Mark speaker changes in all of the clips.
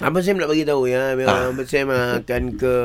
Speaker 1: Abang Ah. Sam nak bagi tahu ya,
Speaker 2: Ah.
Speaker 1: memang Abang Sam akan ke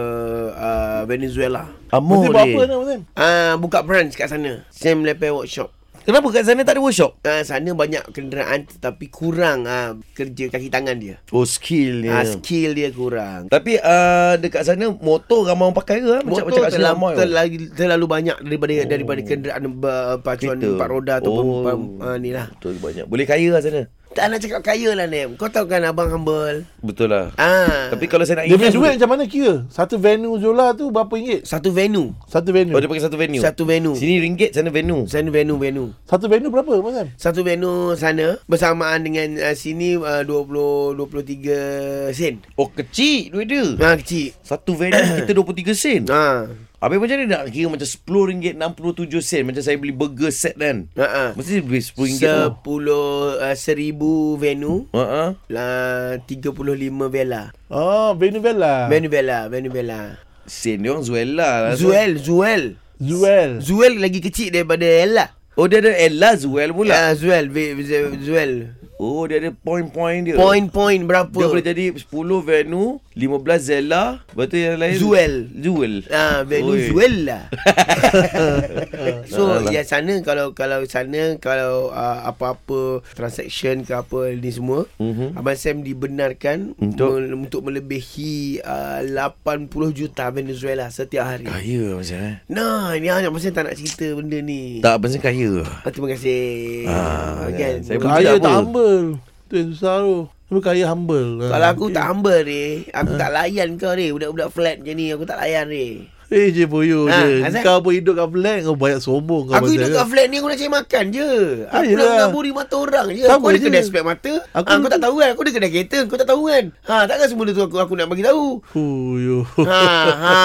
Speaker 1: uh, Venezuela.
Speaker 2: Amor
Speaker 3: Betul buat apa nak Sam?
Speaker 1: Ah, buka branch kat sana. Sam lepai workshop.
Speaker 2: Kenapa kat sana tak ada workshop?
Speaker 1: Ah, sana banyak kenderaan tetapi kurang ah, kerja kaki tangan dia.
Speaker 2: Oh skill
Speaker 1: Yeah. Ah,
Speaker 2: dia.
Speaker 1: skill dia kurang.
Speaker 2: Tapi uh, dekat sana motor ramai orang pakai ke? ah? Macam macam
Speaker 1: Motor
Speaker 2: kat sini
Speaker 1: terlalu,
Speaker 2: ramai. Tel-
Speaker 1: terlalu, terlalu banyak daripada oh. daripada kenderaan ber, pacuan
Speaker 2: Kereta.
Speaker 1: empat roda ataupun
Speaker 2: Oh.
Speaker 1: oh. uh, ni lah.
Speaker 2: Betul banyak. Boleh kaya lah sana.
Speaker 1: Tak nak cakap kaya lah Nam. Kau tahu kan abang humble.
Speaker 2: Betul lah.
Speaker 1: Ah.
Speaker 2: Tapi kalau saya nak
Speaker 3: Dia punya
Speaker 2: invest
Speaker 3: duit
Speaker 2: boleh?
Speaker 3: macam mana kira? Satu venue Zola tu berapa ringgit?
Speaker 1: satu venue.
Speaker 3: Satu venue.
Speaker 2: Oh dia pakai satu venue.
Speaker 1: Satu venue.
Speaker 2: Sini ringgit, sana venue.
Speaker 1: Sana venue venue.
Speaker 3: Satu venue berapa Abang Sam?
Speaker 1: Satu venue sana bersamaan dengan uh, sini uh, 20 23 sen.
Speaker 2: Oh kecil duit dia.
Speaker 1: Ha kecil.
Speaker 2: Satu venue kita 23 sen.
Speaker 1: Ha.
Speaker 2: Habis macam mana nak kira macam RM10.67 sen macam saya beli burger set kan.
Speaker 1: Ha ah.
Speaker 2: Mesti beli RM10 tu.
Speaker 1: Sepuluh uh, seribu venue
Speaker 2: Ha ah.
Speaker 1: lah tiga puluh lima vela.
Speaker 2: Ha.
Speaker 3: Oh, venue Bella.
Speaker 1: Venue vela, venue vela.
Speaker 2: Sen dia orang Zuela lah. tu.
Speaker 1: Zuel, Zuel.
Speaker 3: Zuel.
Speaker 1: Zuel lagi kecil daripada Ella.
Speaker 2: Oh dia ada Ella Zuel pula.
Speaker 1: Ya, Zuel, Ve- Ze- Zuel.
Speaker 2: Oh dia ada point-point dia.
Speaker 1: Point-point berapa?
Speaker 2: Ya. Dia boleh jadi 10 Venu, 15 Zella, lepas tu yang lain
Speaker 1: Zuel.
Speaker 2: Zuel.
Speaker 3: Ya.
Speaker 1: Ah, Venezuela. so
Speaker 2: Alah.
Speaker 1: ya sana kalau kalau sana kalau uh, apa-apa transaction ke apa ni semua,
Speaker 2: Mhm.
Speaker 1: abang Sam dibenarkan
Speaker 2: Untuk?
Speaker 1: me- untuk melebihi uh, 80 juta Venezuela setiap hari.
Speaker 2: Kaya macam eh.
Speaker 1: Nah, ni hanya abang Sam tak nak cerita benda ni.
Speaker 2: Tak macam kaya.
Speaker 3: Ha?
Speaker 1: Ah, terima kasih.
Speaker 2: Ah,
Speaker 1: kan.
Speaker 2: saya pun
Speaker 3: Kaya
Speaker 2: Duit apa?
Speaker 3: tak humble. Tu yang susah tu. Tapi kaya humble. Ah.
Speaker 1: kalau aku tak humble ni, aku
Speaker 2: Ah.
Speaker 1: tak layan kau ni. Budak-budak flat macam ni, aku tak layan ni.
Speaker 3: Eh je boyo
Speaker 1: Ha,
Speaker 3: je
Speaker 1: Azan.
Speaker 3: Kau pun hidup kat flat Kau banyak sombong kau
Speaker 1: Aku hidup kat flat ni aku nak cari makan je. Aku
Speaker 3: yelah.
Speaker 1: nak mengaburi mata orang je.
Speaker 3: Sama
Speaker 1: Aku ada
Speaker 3: je.
Speaker 1: kedai spek mata. Aku,
Speaker 3: Aku-
Speaker 1: ha, kau tak tahu kan. Aku ada kedai kereta. Kau tak tahu kan. Ha, takkan semua tu aku aku nak bagi tahu.
Speaker 3: Fuyo
Speaker 1: Ha, ha,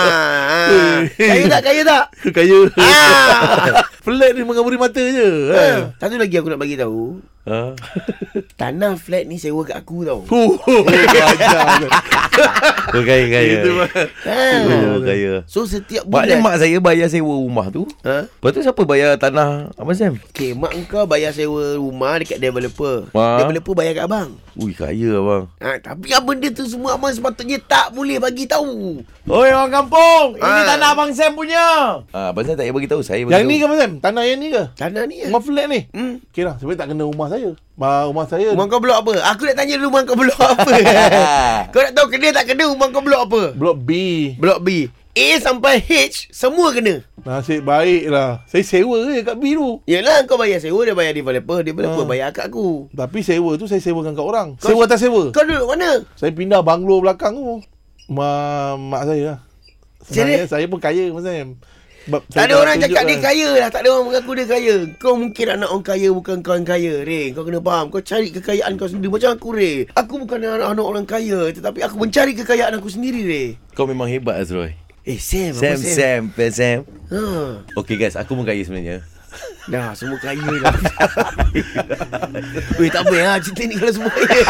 Speaker 1: ha. Kaya tak? Kaya tak?
Speaker 3: Kaya
Speaker 1: Ah.
Speaker 3: Flat ni mengaburi mata je
Speaker 1: Ha.
Speaker 3: eh.
Speaker 1: Satu lagi aku nak bagi tahu.
Speaker 2: Ha.
Speaker 1: Tanah flat ni sewa kat aku tau.
Speaker 3: Fuh, Ajar tu.
Speaker 2: Oh, kaya kaya.
Speaker 3: Itu mah.
Speaker 1: Ha.
Speaker 2: Oh, kaya.
Speaker 1: So setiap
Speaker 2: Maknanya
Speaker 1: bulan.
Speaker 2: mak saya bayar sewa rumah tu.
Speaker 1: Ha?
Speaker 2: Lepas tu siapa bayar tanah Abang Sam?
Speaker 1: Okay, mak kau bayar sewa rumah dekat developer.
Speaker 2: Ha.
Speaker 1: Developer bayar kat abang.
Speaker 2: Ui kaya abang.
Speaker 1: Ha, tapi apa benda tu semua abang sepatutnya tak boleh bagi tahu.
Speaker 2: Oi orang kampung,
Speaker 1: Ah.
Speaker 2: Abang Sam punya. Ah, Abang Sam tak payah bagi tahu, saya bagi
Speaker 3: Yang
Speaker 2: tahu.
Speaker 3: ni ke Abang Sam? Tanah yang ni ke?
Speaker 1: Tanah ni.
Speaker 3: Rumah flat ni
Speaker 1: Hmm.
Speaker 3: Okay lah Sebenarnya tak kena rumah saya Bah, Rumah saya
Speaker 1: Rumah kau blok apa? Aku nak tanya rumah kau blok apa? kau nak tahu kena tak kena rumah kau blok apa?
Speaker 3: Blok B
Speaker 1: Blok B. A sampai H semua kena.
Speaker 3: Nasib baik lah Saya sewa je kat B tu
Speaker 1: Yalah kau bayar sewa dia bayar developer, developer bayar kat aku.
Speaker 3: Tapi sewa tu saya sewakan kat orang
Speaker 1: Kau-
Speaker 3: Sewa atas sewa
Speaker 1: Kau duduk mana?
Speaker 3: Saya pindah banglo belakang tu Mak, mak saya lah Sebenarnya saya pun kaya Abang Sam Sebab saya
Speaker 1: Tak
Speaker 3: kan.
Speaker 1: ada
Speaker 3: nak
Speaker 1: orang cakap dia
Speaker 3: tunjukkan.
Speaker 1: kaya lah. Tak ada orang mengaku dia kaya. Kau mungkin anak orang kaya bukan kau yang kaya. Ray, kau kena faham. Kau cari kekayaan kau sendiri. Macam aku, Ray. Aku bukan anak-anak orang kaya. Tetapi aku mencari kekayaan aku sendiri, Ray.
Speaker 2: Kau memang hebat Azroy.
Speaker 1: Eh, Sam.
Speaker 2: Sam,
Speaker 1: apa
Speaker 2: Sam, Sam, Sam.
Speaker 1: Ha.
Speaker 2: Okay guys, aku pun kaya sebenarnya.
Speaker 1: Dah, semua kaya lah. Weh, tak apa lah. Cerita ni kalau semua kaya.